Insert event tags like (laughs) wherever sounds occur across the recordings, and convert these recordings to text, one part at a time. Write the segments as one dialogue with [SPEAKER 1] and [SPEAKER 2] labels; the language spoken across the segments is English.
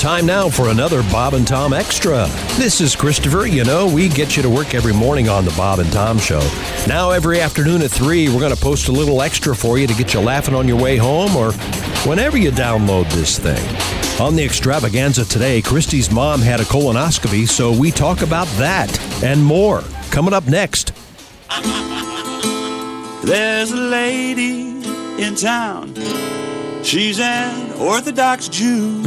[SPEAKER 1] Time now for another Bob and Tom Extra. This is Christopher. You know, we get you to work every morning on the Bob and Tom Show. Now, every afternoon at 3, we're going to post a little extra for you to get you laughing on your way home or whenever you download this thing. On the extravaganza today, Christy's mom had a colonoscopy, so we talk about that and more coming up next.
[SPEAKER 2] There's a lady in town. She's an Orthodox Jew.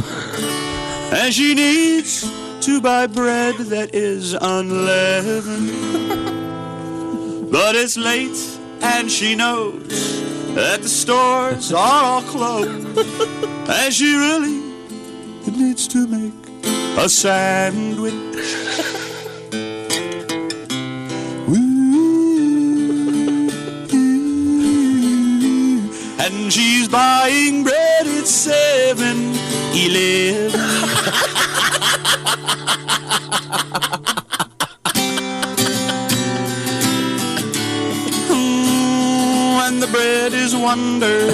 [SPEAKER 2] And she needs to buy bread that is unleavened. But it's late and she knows that the stores are all closed. And she really needs to make a sandwich. And she's buying bread at seven eleven. Mm, and the bread is wonder.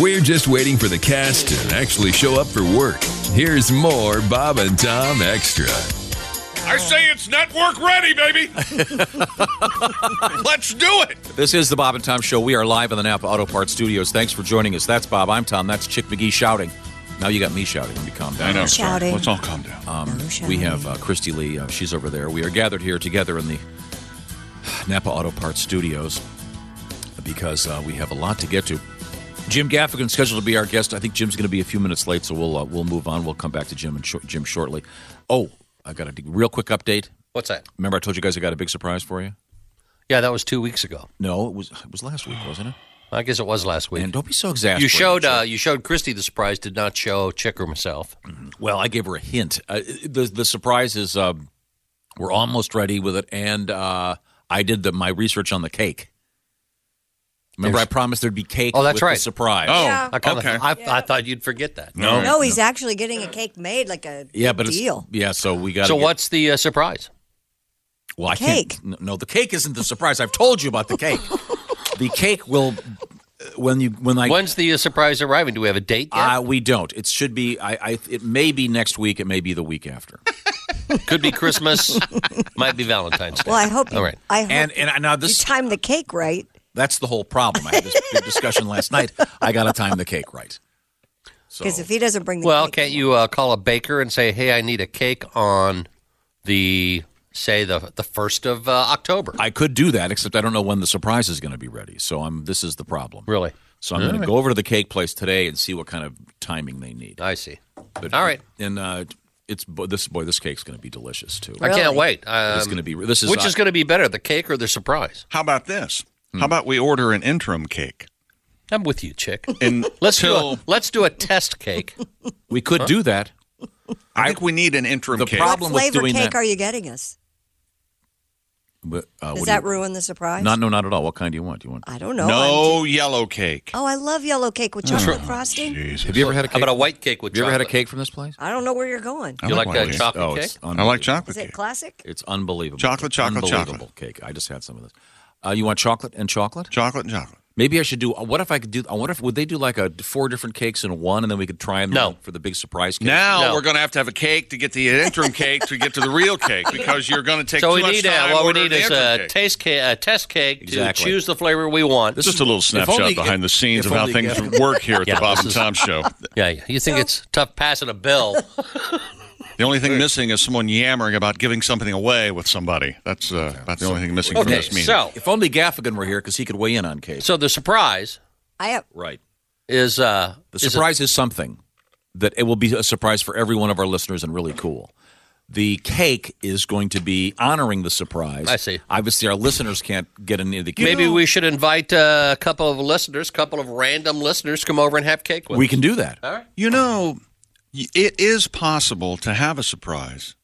[SPEAKER 3] We're just waiting for the cast to actually show up for work. Here's more Bob and Tom Extra.
[SPEAKER 4] I say it's network ready, (laughs) baby. Let's do it.
[SPEAKER 5] This is the Bob and Tom Show. We are live in the Napa Auto Parts Studios. Thanks for joining us. That's Bob. I'm Tom. That's Chick McGee shouting. Now you got me shouting. Let me calm down.
[SPEAKER 6] Shouting.
[SPEAKER 4] Let's all calm down.
[SPEAKER 5] We have uh, Christy Lee. Uh, she's over there. We are gathered here together in the Napa Auto Parts Studios because uh, we have a lot to get to. Jim Gaffigan scheduled to be our guest. I think Jim's going to be a few minutes late, so we'll uh, we'll move on. We'll come back to Jim and shor- Jim shortly. Oh, I got a d- real quick update.
[SPEAKER 7] What's that?
[SPEAKER 5] Remember, I told you guys I got a big surprise for you.
[SPEAKER 7] Yeah, that was two weeks ago.
[SPEAKER 5] No, it was it was last week, wasn't it?
[SPEAKER 7] I guess it was last week.
[SPEAKER 5] And don't be so exasperated.
[SPEAKER 7] you showed uh, you showed Christy the surprise. Did not show Chick or myself.
[SPEAKER 5] Well, I gave her a hint. Uh, the The surprise is uh, we're almost ready with it, and uh, I did the, my research on the cake. Remember, I promised there'd be cake.
[SPEAKER 7] Oh, that's
[SPEAKER 5] with
[SPEAKER 7] right.
[SPEAKER 5] The surprise.
[SPEAKER 4] Oh,
[SPEAKER 6] Yeah.
[SPEAKER 7] I kinda-
[SPEAKER 4] okay.
[SPEAKER 7] I, I thought you'd forget that.
[SPEAKER 4] no.
[SPEAKER 6] No, he's actually getting a cake made, like a
[SPEAKER 5] yeah, but it's,
[SPEAKER 6] deal.
[SPEAKER 5] yeah. So we got.
[SPEAKER 7] So what's the uh, surprise?
[SPEAKER 5] Well, I
[SPEAKER 6] Cake.
[SPEAKER 5] can't. No, the cake isn't the surprise. I've told you about the
[SPEAKER 6] (laughs)
[SPEAKER 5] cake. the cake will when you when I
[SPEAKER 7] When's the uh, surprise arriving? Do we have a date yet?
[SPEAKER 5] uh, we don't. It should be. I, I. It may be next week. It may be the week
[SPEAKER 6] (laughs)
[SPEAKER 5] after.
[SPEAKER 7] Could be Christmas. (laughs) might be Valentine's Day.
[SPEAKER 5] (laughs)
[SPEAKER 6] Well, I hope. You,
[SPEAKER 7] All right.
[SPEAKER 6] I hope
[SPEAKER 5] and and I- now
[SPEAKER 6] you
[SPEAKER 5] this
[SPEAKER 6] time the cake right.
[SPEAKER 5] That's the whole problem. I had this big discussion last night. I got to time the cake right. So
[SPEAKER 6] Because if he doesn't bring the
[SPEAKER 7] Well,
[SPEAKER 6] cake,
[SPEAKER 7] can't you uh, call a baker and say, "Hey, I need a cake on the say the the first of uh, October"?
[SPEAKER 5] I could do that, except I don't know when the surprise is going to be ready. So I'm. This is the problem.
[SPEAKER 7] Really?
[SPEAKER 5] So I'm going to go over to the cake place today and see what kind of timing they need.
[SPEAKER 7] I see.
[SPEAKER 5] But,
[SPEAKER 7] Uh, All right.
[SPEAKER 5] And uh, it's bo- this boy. This cake's going to be delicious too.
[SPEAKER 7] I can't
[SPEAKER 6] Really?
[SPEAKER 7] wait.
[SPEAKER 5] It's
[SPEAKER 7] Um,
[SPEAKER 5] going to be. This is uh,
[SPEAKER 7] which is going to be better, the cake or the surprise?
[SPEAKER 4] How about this? How about we order an interim cake?
[SPEAKER 7] I'm with you, chick.
[SPEAKER 4] (laughs) And
[SPEAKER 7] Let's do
[SPEAKER 4] till-
[SPEAKER 7] a, let's do a test cake.
[SPEAKER 5] we could do that.
[SPEAKER 4] I think we need an interim
[SPEAKER 5] The
[SPEAKER 4] cake.
[SPEAKER 5] prob-
[SPEAKER 6] what
[SPEAKER 5] problem with
[SPEAKER 6] flavor
[SPEAKER 5] doing
[SPEAKER 6] cake
[SPEAKER 5] that-
[SPEAKER 6] are you getting us?
[SPEAKER 5] But, uh, what
[SPEAKER 6] Does
[SPEAKER 5] do
[SPEAKER 6] that
[SPEAKER 5] you-
[SPEAKER 6] ruin the surprise?
[SPEAKER 5] Not no, not at all. What kind do you want? Do you want?
[SPEAKER 6] I don't know. I'm-
[SPEAKER 4] no yellow cake.
[SPEAKER 6] oh, I love yellow cake with chocolate frosting.
[SPEAKER 5] Have you ever had a
[SPEAKER 7] How
[SPEAKER 5] cake?
[SPEAKER 7] about a white cake with
[SPEAKER 5] have you ever had a
[SPEAKER 7] chocolate?
[SPEAKER 5] cake from this place?
[SPEAKER 6] I don't know where you're going.
[SPEAKER 4] I
[SPEAKER 7] You like
[SPEAKER 4] white
[SPEAKER 7] that
[SPEAKER 4] cake.
[SPEAKER 7] chocolate
[SPEAKER 5] oh,
[SPEAKER 7] cake?
[SPEAKER 5] it's
[SPEAKER 4] I like
[SPEAKER 5] unbelievable.
[SPEAKER 4] chocolate
[SPEAKER 6] Is it
[SPEAKER 4] cake.
[SPEAKER 6] classic?
[SPEAKER 5] It's unbelievable.
[SPEAKER 4] Chocolate,
[SPEAKER 5] It's
[SPEAKER 4] chocolate, chocolate.
[SPEAKER 5] unbelievable cake. I just had some of this. Uh, you want chocolate and chocolate?
[SPEAKER 4] Chocolate and chocolate.
[SPEAKER 5] Maybe I should do. uh, What if I could do? I wonder if would they do like a four different cakes in one, and then we could try them
[SPEAKER 7] No.
[SPEAKER 5] for the big surprise cake.
[SPEAKER 4] Now
[SPEAKER 7] No.
[SPEAKER 4] we're going to have to have a cake to get the interim cake to get to the real cake because you're going to take
[SPEAKER 7] So
[SPEAKER 4] too
[SPEAKER 7] we
[SPEAKER 4] much
[SPEAKER 7] need
[SPEAKER 4] time
[SPEAKER 7] uh, what we
[SPEAKER 4] ordering
[SPEAKER 7] need
[SPEAKER 4] the
[SPEAKER 7] is
[SPEAKER 4] interim
[SPEAKER 7] a
[SPEAKER 4] cake.
[SPEAKER 7] taste cake, a test cake
[SPEAKER 5] Exactly.
[SPEAKER 7] to choose the flavor we want.
[SPEAKER 4] Just a little snapshot
[SPEAKER 5] only-
[SPEAKER 4] behind
[SPEAKER 5] if-
[SPEAKER 4] the scenes
[SPEAKER 5] if
[SPEAKER 4] of how
[SPEAKER 5] only
[SPEAKER 4] things
[SPEAKER 5] Gavin-
[SPEAKER 4] work here at
[SPEAKER 7] Yeah,
[SPEAKER 4] the Bob
[SPEAKER 7] this
[SPEAKER 4] and
[SPEAKER 7] is-
[SPEAKER 4] Tom Show.
[SPEAKER 7] yeah, yeah. you think it's tough passing a bill?
[SPEAKER 4] (laughs) The only thing missing is someone yammering about giving something away with somebody. That's uh, about the only thing missing from
[SPEAKER 7] okay,
[SPEAKER 4] this meeting.
[SPEAKER 7] so
[SPEAKER 5] If only Gaffigan were here because he could weigh in on cake.
[SPEAKER 7] so the surprise
[SPEAKER 6] I have,
[SPEAKER 5] Right.
[SPEAKER 7] is uh,
[SPEAKER 5] The
[SPEAKER 7] is a-
[SPEAKER 5] surprise is something that it will be a surprise for every one of our listeners and really cool. The cake is going to be honoring the surprise.
[SPEAKER 7] I see.
[SPEAKER 5] Obviously, our listeners can't get any of the cake.
[SPEAKER 7] Maybe we should invite uh, a couple of listeners, couple of random listeners, come over and have cake with.
[SPEAKER 5] we
[SPEAKER 7] us.
[SPEAKER 5] can do that.
[SPEAKER 4] You know, y- it is possible to have a surprise,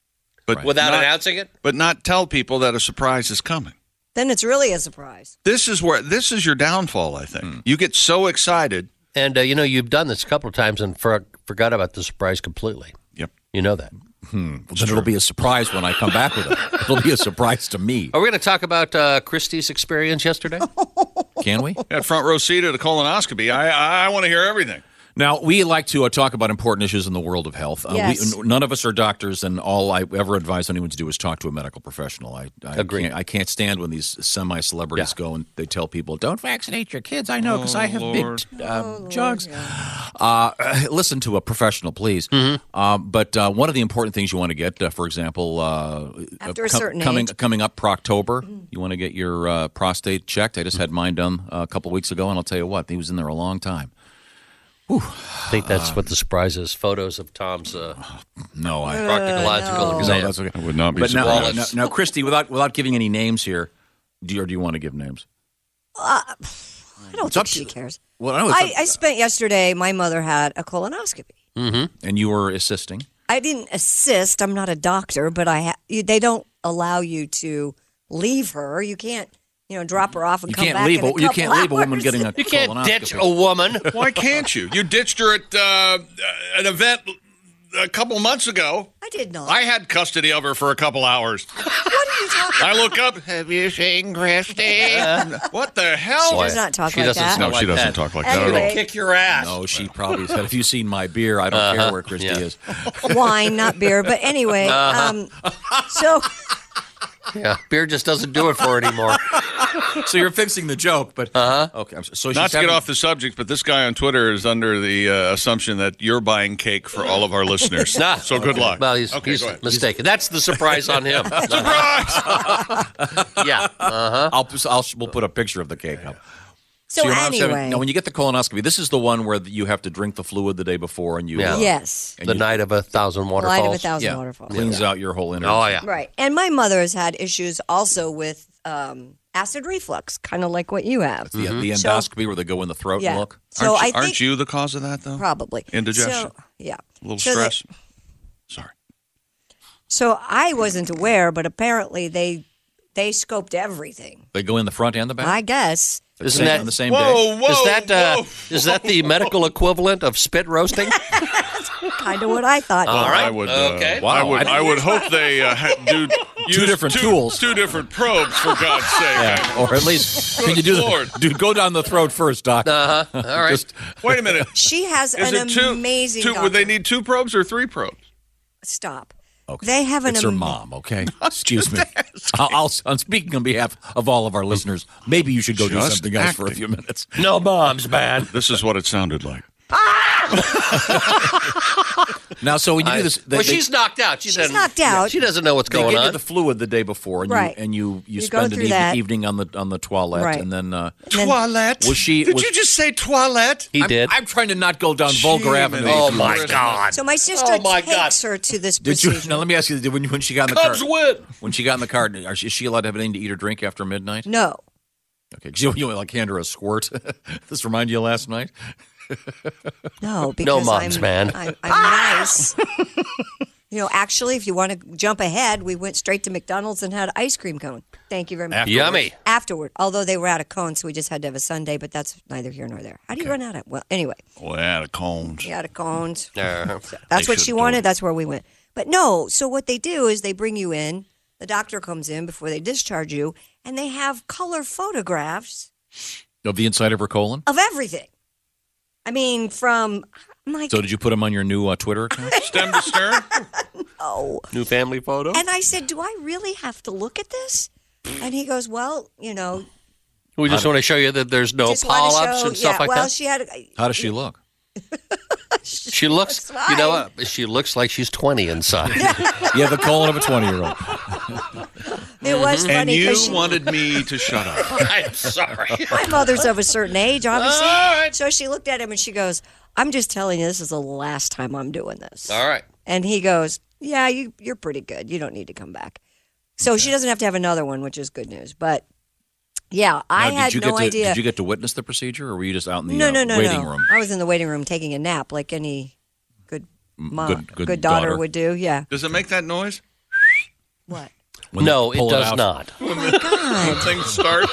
[SPEAKER 4] but
[SPEAKER 7] without
[SPEAKER 4] not,
[SPEAKER 7] announcing it.
[SPEAKER 4] but not tell people that a surprise is coming.
[SPEAKER 6] then it's really a surprise.
[SPEAKER 4] This is where this is your downfall. I think you get so (laughs) excited.
[SPEAKER 7] And uh, you know you've done this a couple of times and for, forgot about the surprise completely.
[SPEAKER 4] Yep.
[SPEAKER 7] You know that.
[SPEAKER 5] Then it'll be a surprise when I come back with it. It'll be a surprise to me.
[SPEAKER 7] Are we going to talk about uh, Christie's experience yesterday?
[SPEAKER 5] Can we?
[SPEAKER 4] At front row seat at a colonoscopy, I I, I want to hear everything.
[SPEAKER 5] Now, we like to uh, talk about important issues in the world of health. Uh,
[SPEAKER 6] Yes.
[SPEAKER 5] we, n- none of us are doctors, and all I ever advise anyone to do is talk to a medical professional. I, I
[SPEAKER 7] Agreed.
[SPEAKER 5] Can't, I can't stand when these semi celebrities
[SPEAKER 7] Yeah. Oh,
[SPEAKER 5] go and they tell people, don't vaccinate your kids. I know because I have big uh,
[SPEAKER 6] Oh,
[SPEAKER 5] jugs. Uh, (laughs) listen to a professional, please.
[SPEAKER 7] Mm-hmm.
[SPEAKER 5] Um, but uh, one of the important things you want to get, uh, for example, uh,
[SPEAKER 6] After a
[SPEAKER 5] com-
[SPEAKER 6] certain
[SPEAKER 5] coming
[SPEAKER 6] age. Mm-hmm.
[SPEAKER 5] coming up Proctober, you want to get your uh, prostate checked. I just
[SPEAKER 7] Mm-hmm.
[SPEAKER 5] had mine done uh, a couple weeks ago, and I'll tell you what, he was in there a long time.
[SPEAKER 7] I think that's what the surprise is. Photos of Tom's uh,
[SPEAKER 5] No,
[SPEAKER 6] Uh,
[SPEAKER 5] I.
[SPEAKER 7] proctological
[SPEAKER 5] No,
[SPEAKER 7] exam.
[SPEAKER 5] that's okay.
[SPEAKER 4] I would not be
[SPEAKER 5] Oh, But now, now,
[SPEAKER 4] surprised.
[SPEAKER 5] now, now, Christy, without without giving any names here, do you, or do you want to give names?
[SPEAKER 6] I don't
[SPEAKER 5] up
[SPEAKER 6] think she
[SPEAKER 5] to-
[SPEAKER 6] cares.
[SPEAKER 5] Well, I know
[SPEAKER 6] I,
[SPEAKER 5] it's
[SPEAKER 6] I spent yesterday, my mother had a colonoscopy.
[SPEAKER 5] and you were assisting.
[SPEAKER 6] I didn't assist. I'm not a doctor, but I ha- you, they don't allow you to leave her. You can't, you know, drop her off and
[SPEAKER 5] You
[SPEAKER 6] come
[SPEAKER 5] can't
[SPEAKER 6] back.
[SPEAKER 5] leave.
[SPEAKER 6] in
[SPEAKER 5] A,
[SPEAKER 6] a
[SPEAKER 5] you
[SPEAKER 6] couple
[SPEAKER 5] can't leave a woman
[SPEAKER 6] hours. (laughs)
[SPEAKER 5] getting a
[SPEAKER 7] You can't ditch
[SPEAKER 5] colonoscopy.
[SPEAKER 7] a woman.
[SPEAKER 4] Why can't you? You ditched her at uh, an event a couple months ago.
[SPEAKER 6] I did not.
[SPEAKER 4] I had custody of her for a couple (laughs) hours.
[SPEAKER 6] what are you talking?
[SPEAKER 4] I look up. Have you seen Christy? (laughs) what the hell?
[SPEAKER 6] does not talk
[SPEAKER 7] she
[SPEAKER 6] like
[SPEAKER 7] doesn't
[SPEAKER 6] that.
[SPEAKER 7] smell
[SPEAKER 4] No, she
[SPEAKER 7] like
[SPEAKER 4] doesn't
[SPEAKER 7] that.
[SPEAKER 4] talk like that at
[SPEAKER 6] Anyway.
[SPEAKER 4] all.
[SPEAKER 7] Kick your ass.
[SPEAKER 5] No, she probably said, "Have you seen my beer? I don't care where Christy
[SPEAKER 7] yeah.
[SPEAKER 5] is."
[SPEAKER 6] Wine, not beer. But
[SPEAKER 5] (laughs)
[SPEAKER 6] anyway,
[SPEAKER 5] Uh-huh.
[SPEAKER 6] um, so
[SPEAKER 7] Yeah, beer just doesn't do it for her anymore.
[SPEAKER 5] So you're fixing the joke, but okay. I'm so- so
[SPEAKER 4] Not
[SPEAKER 5] she's
[SPEAKER 4] to get
[SPEAKER 5] having-
[SPEAKER 4] off the subject, but this guy on Twitter is under the uh, assumption that you're buying cake for all of our listeners.
[SPEAKER 7] Nah.
[SPEAKER 4] So good luck.
[SPEAKER 7] Well, he's,
[SPEAKER 4] okay,
[SPEAKER 7] he's
[SPEAKER 4] go ahead.
[SPEAKER 7] mistaken. That's the surprise on him.
[SPEAKER 4] Surprise!
[SPEAKER 7] (laughs) yeah. Uh,
[SPEAKER 5] I'll, I'll we'll put a picture of the cake up.
[SPEAKER 6] so
[SPEAKER 5] your mom's having-
[SPEAKER 6] anyway,
[SPEAKER 5] now when you get the colonoscopy, this is the one where you have to drink the fluid the day before, and you
[SPEAKER 7] Yeah.
[SPEAKER 5] uh,
[SPEAKER 6] (laughs) yes,
[SPEAKER 5] and
[SPEAKER 7] the
[SPEAKER 5] you-
[SPEAKER 7] night of a thousand waterfalls.
[SPEAKER 6] light of a thousand
[SPEAKER 5] yeah,
[SPEAKER 6] waterfalls.
[SPEAKER 5] cleans out your whole inner.
[SPEAKER 7] Oh, yeah.
[SPEAKER 6] Right. And my mother has had issues also with um, acid reflux, kind of like what you have.
[SPEAKER 5] The, the
[SPEAKER 6] So-
[SPEAKER 5] endoscopy where they go in the throat
[SPEAKER 6] Yeah.
[SPEAKER 5] and look.
[SPEAKER 6] So
[SPEAKER 4] aren't, you,
[SPEAKER 6] I think
[SPEAKER 4] aren't you the cause of that, though?
[SPEAKER 6] probably
[SPEAKER 4] Indigestion.
[SPEAKER 6] So, yeah.
[SPEAKER 4] A little
[SPEAKER 6] So that-
[SPEAKER 4] stress. Sorry.
[SPEAKER 6] So I wasn't aware, but apparently they they scoped everything.
[SPEAKER 5] They go in the front and the back.
[SPEAKER 6] I guess.
[SPEAKER 5] At the
[SPEAKER 7] Isn't
[SPEAKER 5] same-
[SPEAKER 7] that-
[SPEAKER 5] on the same day?
[SPEAKER 4] Whoa, whoa,
[SPEAKER 7] is that uh,
[SPEAKER 4] whoa.
[SPEAKER 7] is that the medical equivalent of spit roasting?
[SPEAKER 6] (laughs) Kind of what I thought.
[SPEAKER 7] All right.
[SPEAKER 4] I would.
[SPEAKER 7] Okay.
[SPEAKER 4] Uh, I
[SPEAKER 5] Wow,
[SPEAKER 4] would.
[SPEAKER 5] I-
[SPEAKER 4] I, would hope they uh, ha- do use
[SPEAKER 5] different tools.
[SPEAKER 4] two different probes for God's sake.
[SPEAKER 5] Yeah, or at least
[SPEAKER 7] (laughs)
[SPEAKER 5] can you do
[SPEAKER 4] Lord.
[SPEAKER 5] the dude go down the throat first, doc?
[SPEAKER 7] All right.
[SPEAKER 5] Just-
[SPEAKER 4] Wait a
[SPEAKER 6] (laughs)
[SPEAKER 4] minute.
[SPEAKER 6] She has
[SPEAKER 4] Is
[SPEAKER 6] an
[SPEAKER 4] it two?
[SPEAKER 6] amazing.
[SPEAKER 4] two would they
[SPEAKER 6] doctor.
[SPEAKER 4] need two probes or three probes?
[SPEAKER 6] Stop. They have an.
[SPEAKER 5] it's her
[SPEAKER 6] am-
[SPEAKER 5] mom.
[SPEAKER 7] (laughs)
[SPEAKER 5] Okay, excuse me. I'll, I'll, I'm speaking on behalf of all of our listeners. Maybe you should go do
[SPEAKER 4] Just
[SPEAKER 5] something else for a few minutes.
[SPEAKER 7] no bombs, man.
[SPEAKER 4] This is what it sounded like.
[SPEAKER 5] Now, so when you do this, they,
[SPEAKER 7] well,
[SPEAKER 5] they-
[SPEAKER 7] she's knocked out. She's
[SPEAKER 6] knocked out.
[SPEAKER 7] She doesn't know what's
[SPEAKER 5] they
[SPEAKER 7] going
[SPEAKER 5] give you
[SPEAKER 7] on.
[SPEAKER 5] the fluid the day before, and
[SPEAKER 6] Right.
[SPEAKER 5] you and you, you,
[SPEAKER 6] You go
[SPEAKER 5] spend an
[SPEAKER 6] through that.
[SPEAKER 5] even, evening on the on the toilet,
[SPEAKER 6] Right.
[SPEAKER 5] and then uh,
[SPEAKER 6] then-
[SPEAKER 4] Toilette.
[SPEAKER 5] Was she-
[SPEAKER 4] Did
[SPEAKER 5] was-
[SPEAKER 4] you just say toilette?
[SPEAKER 7] he
[SPEAKER 5] I'm,
[SPEAKER 7] did.
[SPEAKER 5] I'm trying to not go down vulgar avenue.
[SPEAKER 7] oh my God!
[SPEAKER 6] So my sister
[SPEAKER 7] Oh, my God.
[SPEAKER 6] takes her to this
[SPEAKER 5] Did you?
[SPEAKER 6] procedure.
[SPEAKER 5] Now let me ask you: did- when when she got in the
[SPEAKER 7] Cubs
[SPEAKER 5] car,
[SPEAKER 7] win.
[SPEAKER 5] when she got in the car, are she- is she allowed to have anything to eat or drink after midnight?
[SPEAKER 6] no.
[SPEAKER 5] Okay, 'cause you, you like hand her a squirt. (laughs) this remind you of last night.
[SPEAKER 6] No, because
[SPEAKER 7] moms,
[SPEAKER 6] I'm,
[SPEAKER 7] man.
[SPEAKER 6] I'm, I'm nice. you know, actually, if you want to jump ahead, we went straight to McDonald's and had ice cream cone. Thank you very much.
[SPEAKER 7] Yummy.
[SPEAKER 6] Afterward, although they were out of cones, so we just had to have a sundae. But that's neither here nor there. How do you run out of? Well, anyway,
[SPEAKER 4] Well, out of cones.
[SPEAKER 6] we out of cones.
[SPEAKER 7] Uh,
[SPEAKER 6] That's what she wanted. That's where we went. But no, so what they do is they bring you in. The doctor comes in before they discharge you, and they have color photographs
[SPEAKER 5] Of the inside of her colon.
[SPEAKER 6] of everything. I mean, from I'm like,
[SPEAKER 5] So did you put them on your new uh, Twitter account?
[SPEAKER 4] Stem to stern.
[SPEAKER 6] oh.
[SPEAKER 7] new family photo.
[SPEAKER 6] And I said, "Do I really have to look at this?" And he goes, "Well, you know,
[SPEAKER 7] We just want to show you that there's no
[SPEAKER 6] just want to
[SPEAKER 7] Oh, polyps
[SPEAKER 6] show."
[SPEAKER 7] and stuff
[SPEAKER 6] yeah,
[SPEAKER 7] like
[SPEAKER 6] well,
[SPEAKER 7] that.
[SPEAKER 6] she had.
[SPEAKER 5] How does
[SPEAKER 6] (laughs)
[SPEAKER 5] she look?
[SPEAKER 7] She looks,
[SPEAKER 6] looks
[SPEAKER 7] you know
[SPEAKER 6] fine.
[SPEAKER 7] what? She looks like she's
[SPEAKER 6] (laughs)
[SPEAKER 7] 20 inside.
[SPEAKER 5] You have the colon of a twenty-year-old.
[SPEAKER 6] It was
[SPEAKER 7] Mm-hmm.
[SPEAKER 4] And
[SPEAKER 6] funny
[SPEAKER 4] you
[SPEAKER 6] because she
[SPEAKER 4] wanted me to shut up.
[SPEAKER 7] (laughs)
[SPEAKER 6] (laughs)
[SPEAKER 7] I'm sorry.
[SPEAKER 6] my mother's of a certain age,
[SPEAKER 7] (laughs)
[SPEAKER 6] obviously. So she looked at him and she goes, I'm just telling you, this is the last time I'm doing this.
[SPEAKER 7] All right.
[SPEAKER 6] And he goes, Yeah, you, you're pretty good. You don't need to come back. So she doesn't have to have another one, which is good news. But yeah, I
[SPEAKER 5] Now,
[SPEAKER 6] had
[SPEAKER 5] did you
[SPEAKER 6] no
[SPEAKER 5] get to,
[SPEAKER 6] idea.
[SPEAKER 5] Did you get to witness the procedure, or were you just out in the
[SPEAKER 6] no,
[SPEAKER 5] uh,
[SPEAKER 6] no, no,
[SPEAKER 5] waiting
[SPEAKER 6] no.
[SPEAKER 5] room?
[SPEAKER 6] I was in the waiting room taking a nap like any good mom,
[SPEAKER 5] good- good
[SPEAKER 6] daughter,
[SPEAKER 5] daughter.
[SPEAKER 6] would do. Yeah.
[SPEAKER 4] Does it make that noise
[SPEAKER 6] What?
[SPEAKER 5] When they
[SPEAKER 7] no, it
[SPEAKER 5] pull
[SPEAKER 7] does
[SPEAKER 5] out?
[SPEAKER 7] not.
[SPEAKER 4] when things start?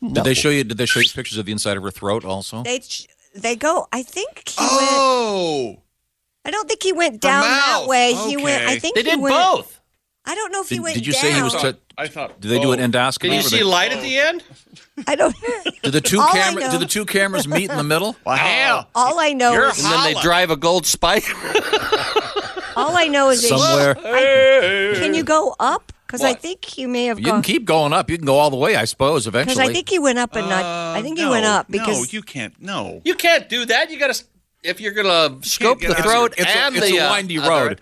[SPEAKER 5] Did they show you? Did they show you pictures of the inside of her throat also?
[SPEAKER 6] They ch- they go, I think he went.
[SPEAKER 4] Oh,
[SPEAKER 6] I don't think he went down that
[SPEAKER 4] mouth.
[SPEAKER 6] way. He went,
[SPEAKER 4] Okay.
[SPEAKER 6] I think
[SPEAKER 7] They
[SPEAKER 6] he
[SPEAKER 7] did
[SPEAKER 6] went-
[SPEAKER 7] both.
[SPEAKER 6] I don't know if he
[SPEAKER 5] Did,
[SPEAKER 6] went
[SPEAKER 5] did you
[SPEAKER 6] down.
[SPEAKER 5] say he was? tou-
[SPEAKER 4] I thought.
[SPEAKER 5] Do they do an
[SPEAKER 4] oh,
[SPEAKER 5] endoscopy?
[SPEAKER 7] Can you
[SPEAKER 5] where
[SPEAKER 7] see
[SPEAKER 5] they-
[SPEAKER 7] light at the end?
[SPEAKER 5] (laughs)
[SPEAKER 6] I don't. (laughs)
[SPEAKER 5] do the two
[SPEAKER 6] All I
[SPEAKER 5] camera, Do
[SPEAKER 6] know-
[SPEAKER 5] the two cameras meet in the
[SPEAKER 6] (laughs)
[SPEAKER 5] middle?
[SPEAKER 4] Wow.
[SPEAKER 6] All I know
[SPEAKER 4] You're
[SPEAKER 6] is
[SPEAKER 7] And then they
[SPEAKER 4] Holla.
[SPEAKER 7] drive a gold spike. (laughs)
[SPEAKER 6] all I know is that-
[SPEAKER 5] Somewhere.
[SPEAKER 6] I- can you go up? Because I
[SPEAKER 5] What?
[SPEAKER 6] think he may have
[SPEAKER 5] You
[SPEAKER 6] gone.
[SPEAKER 5] can keep going up. You can go all the way, I suppose.
[SPEAKER 6] Because
[SPEAKER 5] Eventually,
[SPEAKER 6] I think he went up and not. I think he
[SPEAKER 4] Uh, no,
[SPEAKER 6] went up
[SPEAKER 4] no,
[SPEAKER 6] because
[SPEAKER 4] you can't. No.
[SPEAKER 7] you can't do that. You got to if you're going to scope
[SPEAKER 4] get
[SPEAKER 7] the
[SPEAKER 4] out.
[SPEAKER 7] throat
[SPEAKER 5] it's,
[SPEAKER 7] and
[SPEAKER 5] a, it's
[SPEAKER 7] the
[SPEAKER 5] a
[SPEAKER 7] uh,
[SPEAKER 5] windy
[SPEAKER 7] other-
[SPEAKER 5] road.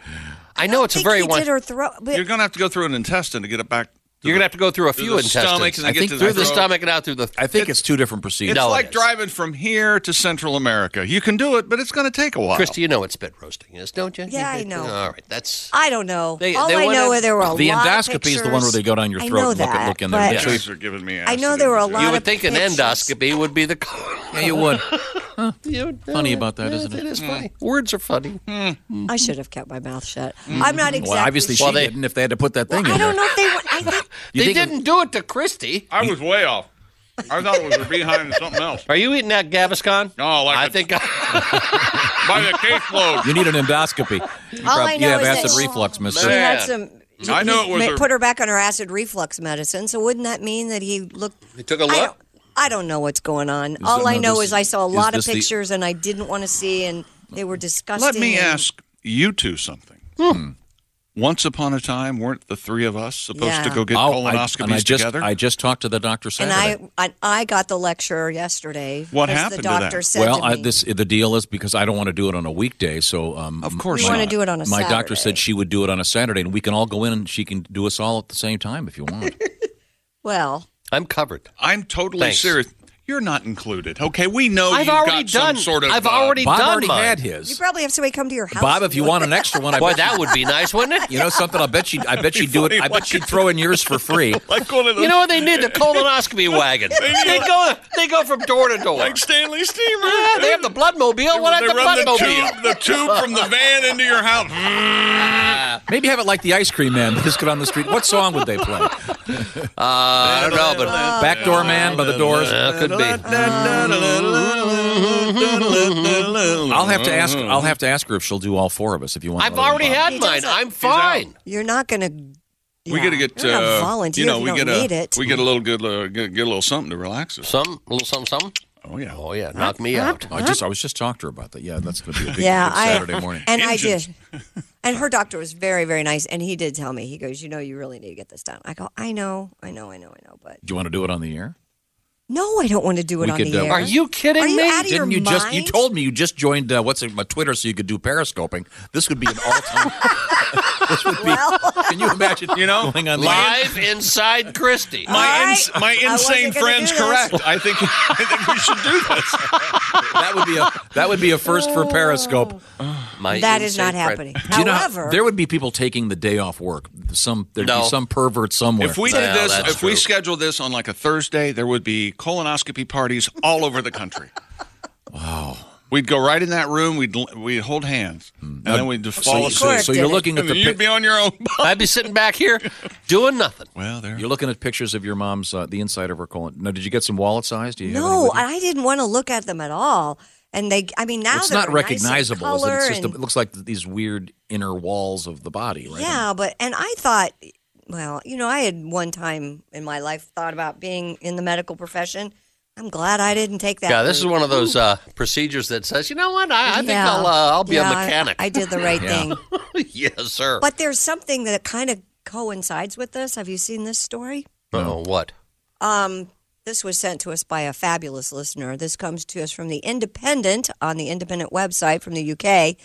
[SPEAKER 7] I know it's a
[SPEAKER 6] think
[SPEAKER 7] very
[SPEAKER 6] he
[SPEAKER 7] windy.
[SPEAKER 6] did her throat. But
[SPEAKER 4] (laughs) You're going to have to go through an intestine to get it back. To
[SPEAKER 7] You're
[SPEAKER 4] the-
[SPEAKER 7] gonna have to go through a
[SPEAKER 4] to
[SPEAKER 7] few
[SPEAKER 4] the
[SPEAKER 7] intestines.
[SPEAKER 4] stomach and then
[SPEAKER 5] I
[SPEAKER 4] get
[SPEAKER 5] think
[SPEAKER 4] to
[SPEAKER 5] through
[SPEAKER 7] through the
[SPEAKER 4] throat.
[SPEAKER 7] stomach and out through the.
[SPEAKER 5] I think it's, two different
[SPEAKER 4] It's
[SPEAKER 5] procedures.
[SPEAKER 7] No, it
[SPEAKER 4] like
[SPEAKER 7] is.
[SPEAKER 4] driving from here to Central America. You can do it, but it's going to take a while.
[SPEAKER 7] Christy, you know what spit roasting is, don't you?
[SPEAKER 6] Yeah, I know.
[SPEAKER 7] All right, that's.
[SPEAKER 6] I don't know.
[SPEAKER 7] They-
[SPEAKER 6] all
[SPEAKER 7] they
[SPEAKER 6] I
[SPEAKER 7] wanna-
[SPEAKER 6] know is there were a
[SPEAKER 5] the
[SPEAKER 6] lot
[SPEAKER 5] endoscopy
[SPEAKER 6] of
[SPEAKER 5] is the one where they go down your throat
[SPEAKER 6] pictures. I know
[SPEAKER 5] and look at-
[SPEAKER 6] that,
[SPEAKER 5] look in there.
[SPEAKER 6] but
[SPEAKER 4] You
[SPEAKER 5] Yeah.
[SPEAKER 4] guys are giving me.
[SPEAKER 6] I know there were a
[SPEAKER 4] acid.
[SPEAKER 6] lot
[SPEAKER 7] You
[SPEAKER 6] of
[SPEAKER 7] would think an
[SPEAKER 6] pictures.
[SPEAKER 7] endoscopy would be the. (laughs)
[SPEAKER 5] yeah, you (laughs) would.
[SPEAKER 7] you would know
[SPEAKER 5] Funny about that, isn't
[SPEAKER 7] It
[SPEAKER 5] it?
[SPEAKER 6] Hmm.
[SPEAKER 7] is funny. Words are funny.
[SPEAKER 6] I should have kept my mouth shut. I'm not exactly.
[SPEAKER 5] Mm. Well, obviously
[SPEAKER 6] sure.
[SPEAKER 5] she
[SPEAKER 7] Well, they-
[SPEAKER 5] didn't. If they had to put that thing
[SPEAKER 6] I
[SPEAKER 5] in
[SPEAKER 6] don't
[SPEAKER 5] there.
[SPEAKER 6] know if they. Were, I think
[SPEAKER 5] You
[SPEAKER 7] they
[SPEAKER 5] think
[SPEAKER 7] didn't do it to Christy.
[SPEAKER 4] I was way off. I thought it was behind something else.
[SPEAKER 7] Are you eating that Gaviscon?
[SPEAKER 4] No, like
[SPEAKER 7] I
[SPEAKER 4] a- (laughs)
[SPEAKER 7] think.
[SPEAKER 4] By the
[SPEAKER 6] (laughs)
[SPEAKER 4] caseload.
[SPEAKER 5] You need an endoscopy. You, prob-
[SPEAKER 6] I
[SPEAKER 5] you
[SPEAKER 6] know
[SPEAKER 5] have
[SPEAKER 6] is that-
[SPEAKER 5] acid reflux, Miss.
[SPEAKER 6] she had
[SPEAKER 7] Man.
[SPEAKER 6] some.
[SPEAKER 4] I know
[SPEAKER 6] he
[SPEAKER 4] it was
[SPEAKER 6] ma-
[SPEAKER 4] her-
[SPEAKER 6] put her back on her acid reflux medicine. So wouldn't that mean that he looked?
[SPEAKER 7] He took a
[SPEAKER 6] I
[SPEAKER 7] look.
[SPEAKER 6] don't, I don't know what's going on.
[SPEAKER 5] Is
[SPEAKER 6] All
[SPEAKER 5] that-
[SPEAKER 6] I
[SPEAKER 5] no,
[SPEAKER 6] know
[SPEAKER 5] this-
[SPEAKER 6] is I saw a
[SPEAKER 5] is
[SPEAKER 6] lot of
[SPEAKER 5] this the-
[SPEAKER 6] pictures and I didn't want to see, and they were disgusting.
[SPEAKER 4] Let me
[SPEAKER 6] and-
[SPEAKER 4] ask you two something.
[SPEAKER 7] Hmm.
[SPEAKER 4] Once upon a time, weren't the three of us supposed to
[SPEAKER 6] Yeah.
[SPEAKER 4] go get
[SPEAKER 5] Oh, I-
[SPEAKER 4] colonoscopies
[SPEAKER 5] and I just,
[SPEAKER 4] together?
[SPEAKER 5] I just talked to the doctor
[SPEAKER 6] And
[SPEAKER 5] Saturday.
[SPEAKER 6] I, I, I got the lecture yesterday.
[SPEAKER 4] What
[SPEAKER 6] 'cause
[SPEAKER 4] happened to
[SPEAKER 6] The doctor
[SPEAKER 4] that?
[SPEAKER 6] said
[SPEAKER 5] well,
[SPEAKER 6] to
[SPEAKER 5] I,
[SPEAKER 6] me-
[SPEAKER 5] this the deal is because I don't want to do it on a weekday. So um, of
[SPEAKER 4] course
[SPEAKER 6] You wanna do it on a
[SPEAKER 5] My doctor
[SPEAKER 6] Saturday.
[SPEAKER 5] said she would do it on a Saturday, and we can all go in, and she can do us all at the same time if you want.
[SPEAKER 6] Well,
[SPEAKER 7] I'm covered.
[SPEAKER 4] I'm totally
[SPEAKER 7] Thanks.
[SPEAKER 4] serious. You're not included. Okay, we know Oh,
[SPEAKER 7] I've
[SPEAKER 4] you've
[SPEAKER 7] already
[SPEAKER 4] got
[SPEAKER 7] done.
[SPEAKER 4] some sort of.
[SPEAKER 7] I've
[SPEAKER 4] uh, (laughs)
[SPEAKER 7] already
[SPEAKER 5] Bob
[SPEAKER 7] done
[SPEAKER 5] already
[SPEAKER 7] mine.
[SPEAKER 5] had
[SPEAKER 6] you
[SPEAKER 5] his.
[SPEAKER 6] probably have somebody come to your house.
[SPEAKER 5] Bob,
[SPEAKER 6] and
[SPEAKER 5] if you
[SPEAKER 6] look.
[SPEAKER 5] want an extra one, I
[SPEAKER 7] Boy,
[SPEAKER 5] bet
[SPEAKER 7] that would be nice, wouldn't
[SPEAKER 4] (laughs)
[SPEAKER 7] it?
[SPEAKER 5] you know something. I bet she, I bet she'd do it. I bet she'd throw in yours for free.
[SPEAKER 4] Like one of those
[SPEAKER 7] You know what they need?
[SPEAKER 4] (laughs)
[SPEAKER 7] The colonoscopy wagon. they go. They go from door to door.
[SPEAKER 4] like Stanley steamer.
[SPEAKER 7] Yeah, they have the blood mobile. What
[SPEAKER 4] they
[SPEAKER 7] about the
[SPEAKER 4] run
[SPEAKER 7] blood
[SPEAKER 4] the
[SPEAKER 7] mobile?
[SPEAKER 4] tube, the tube from the van into your (laughs) house.
[SPEAKER 5] Maybe have it like the ice cream man. Just get on the street. What song would they play?
[SPEAKER 7] I don't know, but
[SPEAKER 5] Backdoor man by the Doors.
[SPEAKER 7] uh, could be.
[SPEAKER 4] Mm.
[SPEAKER 5] I'll have to ask. I'll have to ask her if she'll do all four of us. If you want,
[SPEAKER 7] I've already had mine.
[SPEAKER 6] doesn't-
[SPEAKER 7] I'm fine.
[SPEAKER 6] You're not going to.
[SPEAKER 4] We got to get
[SPEAKER 6] You're not
[SPEAKER 4] uh,
[SPEAKER 6] a volunteer.
[SPEAKER 4] You know,
[SPEAKER 6] if you
[SPEAKER 4] we
[SPEAKER 6] don't
[SPEAKER 4] get
[SPEAKER 6] need
[SPEAKER 4] a
[SPEAKER 6] it.
[SPEAKER 4] we get a little good uh, get, get a little something to relax us.
[SPEAKER 7] Some a little something, something.
[SPEAKER 4] Oh yeah.
[SPEAKER 7] Oh yeah, knock me out.
[SPEAKER 5] I just. I was just talking to her about that. Yeah, that's going to be a big,
[SPEAKER 6] yeah,
[SPEAKER 5] big
[SPEAKER 6] I,
[SPEAKER 5] Saturday morning.
[SPEAKER 6] and I did. (laughs) And her doctor was very, very nice, and he did tell me. He goes, "You know, you really need to get this done." I go, "I know, I know, I know, I know," but
[SPEAKER 5] do you want to do it on the air?
[SPEAKER 6] no, I don't want to do it
[SPEAKER 5] We
[SPEAKER 6] on
[SPEAKER 5] could,
[SPEAKER 6] the
[SPEAKER 5] uh,
[SPEAKER 6] air.
[SPEAKER 7] Are you kidding
[SPEAKER 6] Are you
[SPEAKER 7] me?
[SPEAKER 6] out of your
[SPEAKER 5] Didn't you just? You
[SPEAKER 6] mind?
[SPEAKER 5] told me you just joined. Uh, what's it? My Twitter, so you could do periscoping. This would be an
[SPEAKER 6] (laughs)
[SPEAKER 5] all-time. this would be. can you imagine? You know, going on live.
[SPEAKER 7] Live inside Christie.
[SPEAKER 4] My
[SPEAKER 6] All right.
[SPEAKER 4] ins- my
[SPEAKER 6] I wasn't
[SPEAKER 4] insane
[SPEAKER 6] gonna
[SPEAKER 4] friend's
[SPEAKER 6] do this.
[SPEAKER 4] correct. I think I think we should do this.
[SPEAKER 5] (laughs) That would be a. That would be a first for Periscope.
[SPEAKER 7] My
[SPEAKER 6] That is
[SPEAKER 7] insane
[SPEAKER 6] not
[SPEAKER 7] friend.
[SPEAKER 6] happening.
[SPEAKER 5] Do you know how-
[SPEAKER 6] Oh, However,
[SPEAKER 5] there would be people taking the day off work. Some there'd
[SPEAKER 7] No.
[SPEAKER 5] be some pervert somewhere.
[SPEAKER 4] If we
[SPEAKER 7] No,
[SPEAKER 4] did this,
[SPEAKER 7] that's
[SPEAKER 4] if we
[SPEAKER 7] true.
[SPEAKER 4] scheduled this on like a Thursday, there would be colonoscopy parties all over the country. wow. We'd go right in that room. We'd we'd hold hands, and then we'd just fall
[SPEAKER 5] so,
[SPEAKER 4] asleep.
[SPEAKER 5] so, so you're looking at
[SPEAKER 4] and
[SPEAKER 5] the
[SPEAKER 4] then
[SPEAKER 5] pic-
[SPEAKER 4] you'd be on your own.
[SPEAKER 7] I'd be sitting back here doing nothing.
[SPEAKER 4] well, there.
[SPEAKER 5] You're looking at pictures of your mom's, uh, the inside of her colon. Now, did you get some wallet size? Do you have any
[SPEAKER 6] no,
[SPEAKER 5] with you?
[SPEAKER 6] I didn't want to look at them at all. And they, I mean, now
[SPEAKER 5] it's
[SPEAKER 6] they're
[SPEAKER 5] not
[SPEAKER 6] nice in
[SPEAKER 5] recognizable. is it?
[SPEAKER 6] color
[SPEAKER 5] It's just
[SPEAKER 6] and-
[SPEAKER 5] it looks like these weird inner walls of the body, right?
[SPEAKER 6] Yeah, but and I thought, well, you know, I had one time in my life thought about being in the medical profession. I'm glad I didn't take that.
[SPEAKER 7] Yeah, this is
[SPEAKER 6] route.
[SPEAKER 7] one of those uh, procedures that says, you know what? I, I think
[SPEAKER 6] Yeah.
[SPEAKER 7] I'll uh, I'll be
[SPEAKER 6] Yeah,
[SPEAKER 7] a mechanic.
[SPEAKER 6] I, I did the right thing.
[SPEAKER 7] (laughs) yes, sir.
[SPEAKER 6] But there's something that kind of coincides with this. Have you seen this story?
[SPEAKER 7] Oh, what?
[SPEAKER 6] This was sent to us by a fabulous listener. This comes to us from the Independent on the Independent website from the UK.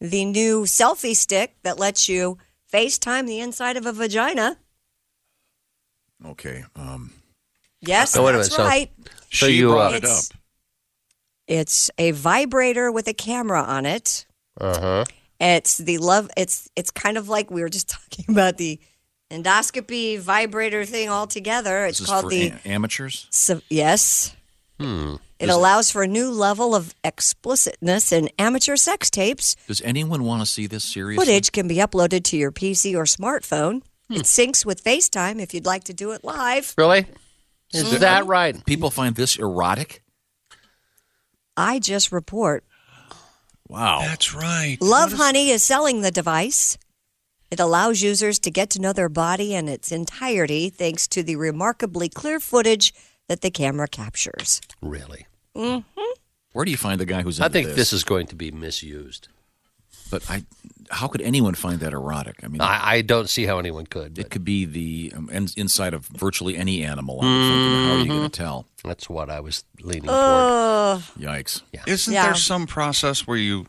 [SPEAKER 6] The new selfie stick that lets you FaceTime the inside of a vagina.
[SPEAKER 5] Okay. Um,
[SPEAKER 6] Yes,
[SPEAKER 7] Oh, wait a
[SPEAKER 6] that's
[SPEAKER 7] minute, so-
[SPEAKER 6] right.
[SPEAKER 7] So
[SPEAKER 4] she
[SPEAKER 7] you, uh,
[SPEAKER 4] brought it up.
[SPEAKER 6] It's- It's a vibrator with a camera on it.
[SPEAKER 5] Uh-huh.
[SPEAKER 6] Uh huh. It's the love. It's it's kind of like we were just (laughs) talking about the endoscopy vibrator thing all together. It's
[SPEAKER 5] this is
[SPEAKER 6] called
[SPEAKER 5] for
[SPEAKER 6] the
[SPEAKER 5] a- amateurs.
[SPEAKER 6] Su- yes.
[SPEAKER 5] Hmm.
[SPEAKER 6] It allows for a new level of explicitness in amateur sex tapes.
[SPEAKER 5] Does anyone want to see this seriously?
[SPEAKER 6] Footage can be uploaded to your PC or smartphone.
[SPEAKER 5] Hmm.
[SPEAKER 6] It syncs with FaceTime if you'd like to do it live.
[SPEAKER 7] Really? Is that right?
[SPEAKER 5] People find this erotic.
[SPEAKER 6] I just report
[SPEAKER 5] Wow.
[SPEAKER 4] That's right.
[SPEAKER 6] Love Honey is selling the device. It allows users to get to know their body in its entirety thanks to the remarkably clear footage that the camera captures.
[SPEAKER 7] Really?
[SPEAKER 5] Where do you find the guy who's?
[SPEAKER 7] I
[SPEAKER 5] into
[SPEAKER 7] think this. is going to be misused.
[SPEAKER 5] But I, how could anyone find that erotic? I mean,
[SPEAKER 7] I, I don't see how anyone could.
[SPEAKER 5] it
[SPEAKER 7] But
[SPEAKER 5] could be the um, in- inside of virtually any animal. I'm thinking, how are you going to tell?
[SPEAKER 7] that's what I was leaning
[SPEAKER 6] Oh.
[SPEAKER 7] toward.
[SPEAKER 5] Yikes!
[SPEAKER 4] Isn't
[SPEAKER 6] Yeah.
[SPEAKER 4] there some process where you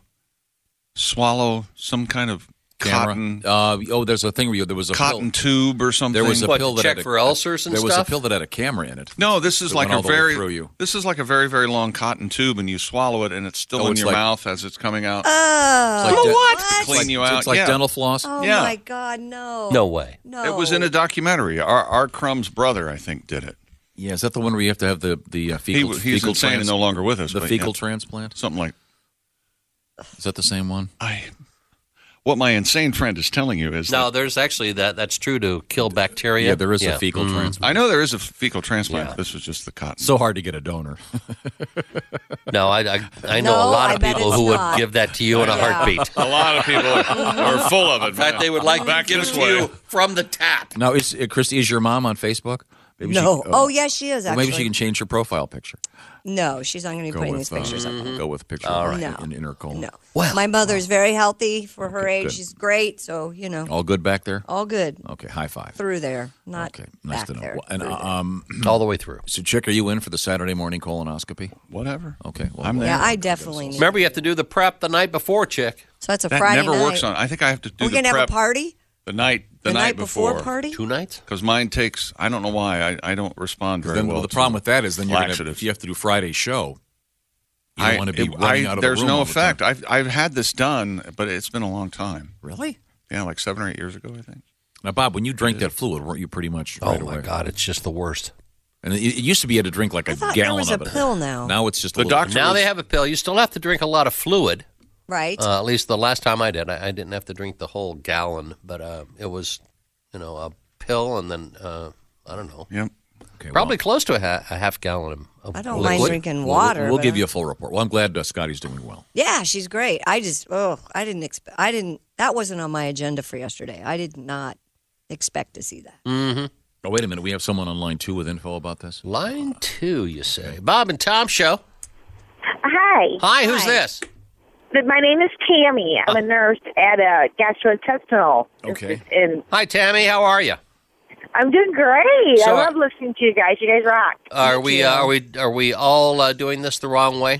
[SPEAKER 4] swallow some kind of cotton
[SPEAKER 5] Uh, oh, there's a thing where you, there was a
[SPEAKER 4] cotton
[SPEAKER 5] Pill,
[SPEAKER 4] tube or something?
[SPEAKER 5] there was a
[SPEAKER 7] What,
[SPEAKER 5] pill that had
[SPEAKER 7] check
[SPEAKER 5] a- uh,
[SPEAKER 7] for ulcers and
[SPEAKER 5] there was
[SPEAKER 7] stuff?
[SPEAKER 5] a pill that had a camera in it.
[SPEAKER 4] no, this is
[SPEAKER 5] that
[SPEAKER 4] like
[SPEAKER 5] went
[SPEAKER 4] a
[SPEAKER 5] all the way
[SPEAKER 4] very
[SPEAKER 5] through you.
[SPEAKER 4] this is like a very very long cotton tube, and you swallow it, and it's still
[SPEAKER 5] Oh,
[SPEAKER 4] in
[SPEAKER 5] it's
[SPEAKER 4] your
[SPEAKER 5] like-
[SPEAKER 4] mouth as it's coming out.
[SPEAKER 6] Oh,
[SPEAKER 5] Like de-
[SPEAKER 4] To clean you
[SPEAKER 5] it's,
[SPEAKER 4] out.
[SPEAKER 5] It's like
[SPEAKER 4] yeah.
[SPEAKER 5] dental floss.
[SPEAKER 6] oh
[SPEAKER 4] yeah.
[SPEAKER 6] my God, no.
[SPEAKER 7] No way.
[SPEAKER 6] No.
[SPEAKER 4] It was in a documentary. Our, our Crumb's brother, I think, did it.
[SPEAKER 5] Yeah, is that the one where you have to have the the uh,
[SPEAKER 4] He,
[SPEAKER 5] fecal
[SPEAKER 4] was he's
[SPEAKER 5] fecal
[SPEAKER 4] insane and
[SPEAKER 5] trans-
[SPEAKER 4] no longer with us.
[SPEAKER 5] the
[SPEAKER 4] but
[SPEAKER 5] fecal
[SPEAKER 4] yeah,
[SPEAKER 5] transplant?
[SPEAKER 4] something like
[SPEAKER 5] Is that the same one?
[SPEAKER 4] I. What my insane friend is telling you is
[SPEAKER 7] No,
[SPEAKER 4] that
[SPEAKER 7] there's actually that. That's true to kill bacteria.
[SPEAKER 5] Yeah, there is a fecal transplant.
[SPEAKER 4] I know there is a fecal transplant.
[SPEAKER 7] Yeah.
[SPEAKER 4] This was just the cotton.
[SPEAKER 5] So hard to get a donor.
[SPEAKER 7] No, I I, I know a
[SPEAKER 6] No,
[SPEAKER 7] lot
[SPEAKER 6] I
[SPEAKER 7] of
[SPEAKER 6] bet
[SPEAKER 7] people
[SPEAKER 6] it's
[SPEAKER 7] who
[SPEAKER 6] not.
[SPEAKER 7] would give that to you in a
[SPEAKER 6] Yeah.
[SPEAKER 7] heartbeat.
[SPEAKER 4] A lot of people are full of it. In
[SPEAKER 7] fact, they would like
[SPEAKER 4] Back
[SPEAKER 7] to give it
[SPEAKER 4] this
[SPEAKER 7] to
[SPEAKER 4] way.
[SPEAKER 7] you from the tap.
[SPEAKER 5] Now, is uh, Christy is your mom on Facebook? Maybe she-
[SPEAKER 6] no.
[SPEAKER 5] oh,
[SPEAKER 6] oh, yes, she is
[SPEAKER 5] well,
[SPEAKER 6] actually.
[SPEAKER 5] maybe she can change her profile picture.
[SPEAKER 6] No, she's not going to be putting these
[SPEAKER 5] uh,
[SPEAKER 6] pictures up.
[SPEAKER 5] Go with picture. All
[SPEAKER 6] right.
[SPEAKER 5] right.
[SPEAKER 6] No.
[SPEAKER 5] In, in her colon.
[SPEAKER 6] No. My mother's very healthy for her
[SPEAKER 5] Okay,
[SPEAKER 6] age.
[SPEAKER 5] good. Oh.
[SPEAKER 6] She's great. So, you know,
[SPEAKER 5] All good back there.
[SPEAKER 6] all good
[SPEAKER 5] Okay. High five.
[SPEAKER 6] through there, Oh. not
[SPEAKER 5] Okay. Nice
[SPEAKER 6] back
[SPEAKER 5] to know.
[SPEAKER 6] there.
[SPEAKER 5] Well, and uh, um,
[SPEAKER 7] All the way through.
[SPEAKER 5] so chick, are you in for the Saturday morning colonoscopy?
[SPEAKER 4] Whatever.
[SPEAKER 5] Okay. Well,
[SPEAKER 4] I'm
[SPEAKER 5] well,
[SPEAKER 4] there.
[SPEAKER 6] yeah, I definitely need.
[SPEAKER 7] Remember, you have to do the prep the night before, chick.
[SPEAKER 6] So that's a
[SPEAKER 4] that
[SPEAKER 6] Friday
[SPEAKER 4] never
[SPEAKER 6] night.
[SPEAKER 4] works on. I think I have to do
[SPEAKER 6] We're
[SPEAKER 4] the
[SPEAKER 6] going to have
[SPEAKER 4] prep
[SPEAKER 6] a party?
[SPEAKER 4] the night the,
[SPEAKER 6] The, night,
[SPEAKER 4] before,
[SPEAKER 6] party?
[SPEAKER 7] Two nights?
[SPEAKER 4] because mine takes. I don't know why. I, I don't respond very
[SPEAKER 5] Then,
[SPEAKER 4] well.
[SPEAKER 5] well, the
[SPEAKER 4] to
[SPEAKER 5] problem with that is then you're gonna,
[SPEAKER 4] laxatives.
[SPEAKER 5] if you have to do Friday's show. You
[SPEAKER 4] I
[SPEAKER 5] don't want to be
[SPEAKER 4] it-
[SPEAKER 5] running
[SPEAKER 4] I-
[SPEAKER 5] out of the
[SPEAKER 4] There's
[SPEAKER 5] room
[SPEAKER 4] no
[SPEAKER 5] all the time.
[SPEAKER 4] effect. I've I've had this done, but it's been a long time.
[SPEAKER 5] Really?
[SPEAKER 4] Yeah, like seven or eight years ago, I think.
[SPEAKER 5] Now, Bob, when you drank that fluid, weren't you pretty much
[SPEAKER 7] Oh
[SPEAKER 5] right
[SPEAKER 7] my
[SPEAKER 5] away?
[SPEAKER 7] God, it's just the worst.
[SPEAKER 5] And it, it used to be you had to drink like a
[SPEAKER 6] I thought there
[SPEAKER 5] gallon
[SPEAKER 6] was
[SPEAKER 5] of
[SPEAKER 6] a
[SPEAKER 5] it.
[SPEAKER 6] pill now.
[SPEAKER 5] Now it's just a
[SPEAKER 4] The
[SPEAKER 5] little-
[SPEAKER 4] doctor-
[SPEAKER 7] Now they have a pill. You still have to drink a lot of fluid.
[SPEAKER 6] Right.
[SPEAKER 7] Uh, at least the last time I did, I, I didn't have to drink the whole gallon, but uh, it was, you know, a pill and then uh, I don't know,
[SPEAKER 4] Yep.
[SPEAKER 5] Okay, well,
[SPEAKER 7] probably close to a, ha- a half gallon of. of
[SPEAKER 6] I don't
[SPEAKER 7] liquid.
[SPEAKER 6] mind drinking
[SPEAKER 5] we'll-
[SPEAKER 6] water.
[SPEAKER 5] We'll,
[SPEAKER 6] but
[SPEAKER 5] give
[SPEAKER 6] I-
[SPEAKER 5] you a full report. Well, I'm glad uh, Scotty's doing well.
[SPEAKER 6] Yeah, she's great. I just, oh, I didn't expect, I didn't, that wasn't on my agenda for yesterday. I did not expect to see that.
[SPEAKER 5] Oh, wait a minute. We have someone on line two with info about this.
[SPEAKER 7] Line two, you say. Bob and Tom show.
[SPEAKER 8] Hi,
[SPEAKER 7] Hi, who's this?
[SPEAKER 8] Th- my name is Tammy. I'm a nurse at a gastrointestinal.
[SPEAKER 5] Okay.
[SPEAKER 8] And
[SPEAKER 7] Hi, Tammy. How are you?
[SPEAKER 8] I'm doing great.
[SPEAKER 7] So,
[SPEAKER 8] I love listening to you guys. You guys rock.
[SPEAKER 7] Are we uh, are we are we all uh, doing this the wrong way?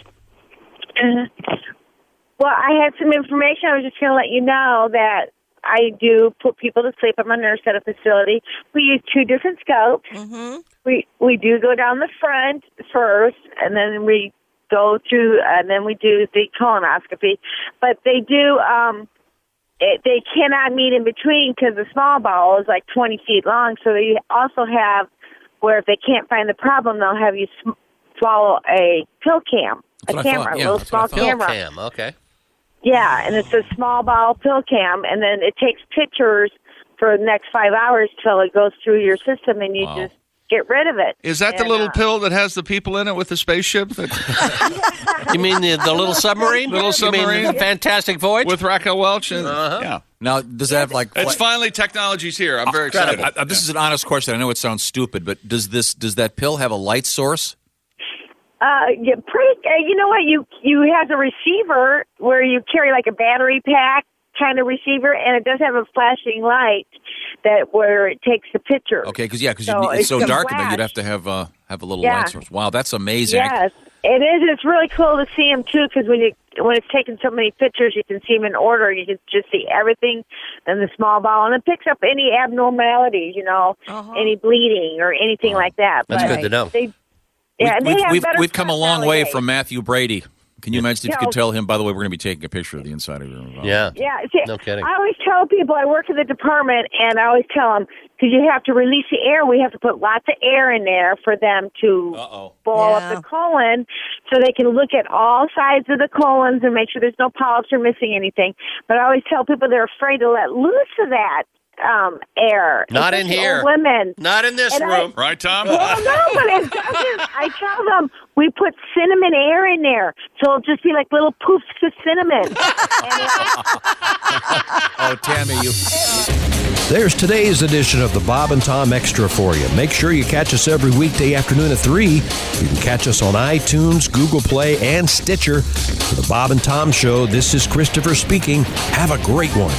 [SPEAKER 8] Well, I had some information. I was just going to let you know that I do put people to sleep. I'm a nurse at a facility. We use two different scopes. We we do go down the front first, and then we go through, and then we do the colonoscopy. But they do. um it, they cannot meet in between because the small bowel is like 20 feet long. So they also have where if they can't find the problem, they'll have you sm- swallow a pill cam,
[SPEAKER 5] what I thought.
[SPEAKER 8] a camera,
[SPEAKER 5] Yeah,
[SPEAKER 8] a little
[SPEAKER 5] that's what I
[SPEAKER 8] small
[SPEAKER 5] thought.
[SPEAKER 7] Pill
[SPEAKER 8] camera.
[SPEAKER 7] cam. Okay.
[SPEAKER 6] (laughs)
[SPEAKER 8] Yeah, and it's a small bowel pill cam, and then it takes pictures for the next five hours till it goes through your system, and you
[SPEAKER 5] Wow.
[SPEAKER 8] just get rid of it.
[SPEAKER 4] Is that the
[SPEAKER 8] And,
[SPEAKER 4] little
[SPEAKER 8] uh,
[SPEAKER 4] pill that has the people in it with the spaceship that,
[SPEAKER 7] You mean the, the little submarine?
[SPEAKER 4] Little
[SPEAKER 7] You mean
[SPEAKER 4] submarine.
[SPEAKER 7] the Fantastic Voyage?
[SPEAKER 4] with Raquel Welch? And,
[SPEAKER 7] Uh-huh.
[SPEAKER 4] Yeah.
[SPEAKER 5] Now, does that have like.
[SPEAKER 4] It's
[SPEAKER 5] fla-
[SPEAKER 4] finally technology's here.
[SPEAKER 7] Ah,
[SPEAKER 4] I'm very excited.
[SPEAKER 5] I, I, this is an honest question. I know it sounds stupid, but does this does that pill have a light source?
[SPEAKER 8] Uh, you pretty. Uh, you know what? You you has a receiver where you carry like a battery pack kind of receiver, and it does have a flashing light that where it takes the picture.
[SPEAKER 5] Okay, because yeah, because
[SPEAKER 8] So
[SPEAKER 5] it's
[SPEAKER 8] it's
[SPEAKER 5] so
[SPEAKER 8] gonna
[SPEAKER 5] dark in there, you'd
[SPEAKER 8] flash.
[SPEAKER 5] have to have uh, have a little
[SPEAKER 8] Yeah.
[SPEAKER 5] light source. Wow, that's amazing. I-
[SPEAKER 8] Yes, it is. It's really cool to see them too, because when you when it's taking so many pictures, you can see them in order. You can just see everything in the small bowel, and it picks up any abnormalities, you know, any bleeding or anything like that.
[SPEAKER 7] Uh-huh. That's
[SPEAKER 8] but
[SPEAKER 7] good to know.
[SPEAKER 8] They, yeah, and
[SPEAKER 5] we've,
[SPEAKER 8] they have
[SPEAKER 5] we've,
[SPEAKER 8] better
[SPEAKER 5] we've come a
[SPEAKER 8] stuff
[SPEAKER 5] long way
[SPEAKER 8] nowadays.
[SPEAKER 5] from Matthew Brady. Can you imagine if you
[SPEAKER 8] Yeah.
[SPEAKER 5] could tell him? By the way, we're going to be taking a picture of the inside of your uh, involved.
[SPEAKER 7] Yeah.
[SPEAKER 8] Yeah, see,
[SPEAKER 7] No kidding.
[SPEAKER 8] I always tell people I work in the department, and I always tell them because you have to release the air. We have to put lots of air in there for them to ball
[SPEAKER 6] Yeah.
[SPEAKER 8] up the colon, so they can look at all sides of the colons and make sure there's no polyps or missing anything. But I always tell people they're afraid to let loose of that. um, air.
[SPEAKER 7] Not in
[SPEAKER 8] especially
[SPEAKER 7] here.
[SPEAKER 8] old Women.
[SPEAKER 7] (laughs) Not in this
[SPEAKER 8] And I-
[SPEAKER 7] room.
[SPEAKER 4] Right, Tom?
[SPEAKER 8] Well, no, but it doesn't. I tell them we put cinnamon air in there, so it'll just be like little poofs of cinnamon.
[SPEAKER 7] (laughs)
[SPEAKER 5] Oh, Tammy, you.
[SPEAKER 1] There's today's edition of the Bob and Tom Extra for you. Make sure you catch us every weekday afternoon at 3. You can catch us on iTunes, Google Play, and Stitcher. For the Bob and Tom Show, this is Christopher speaking. Have a great one.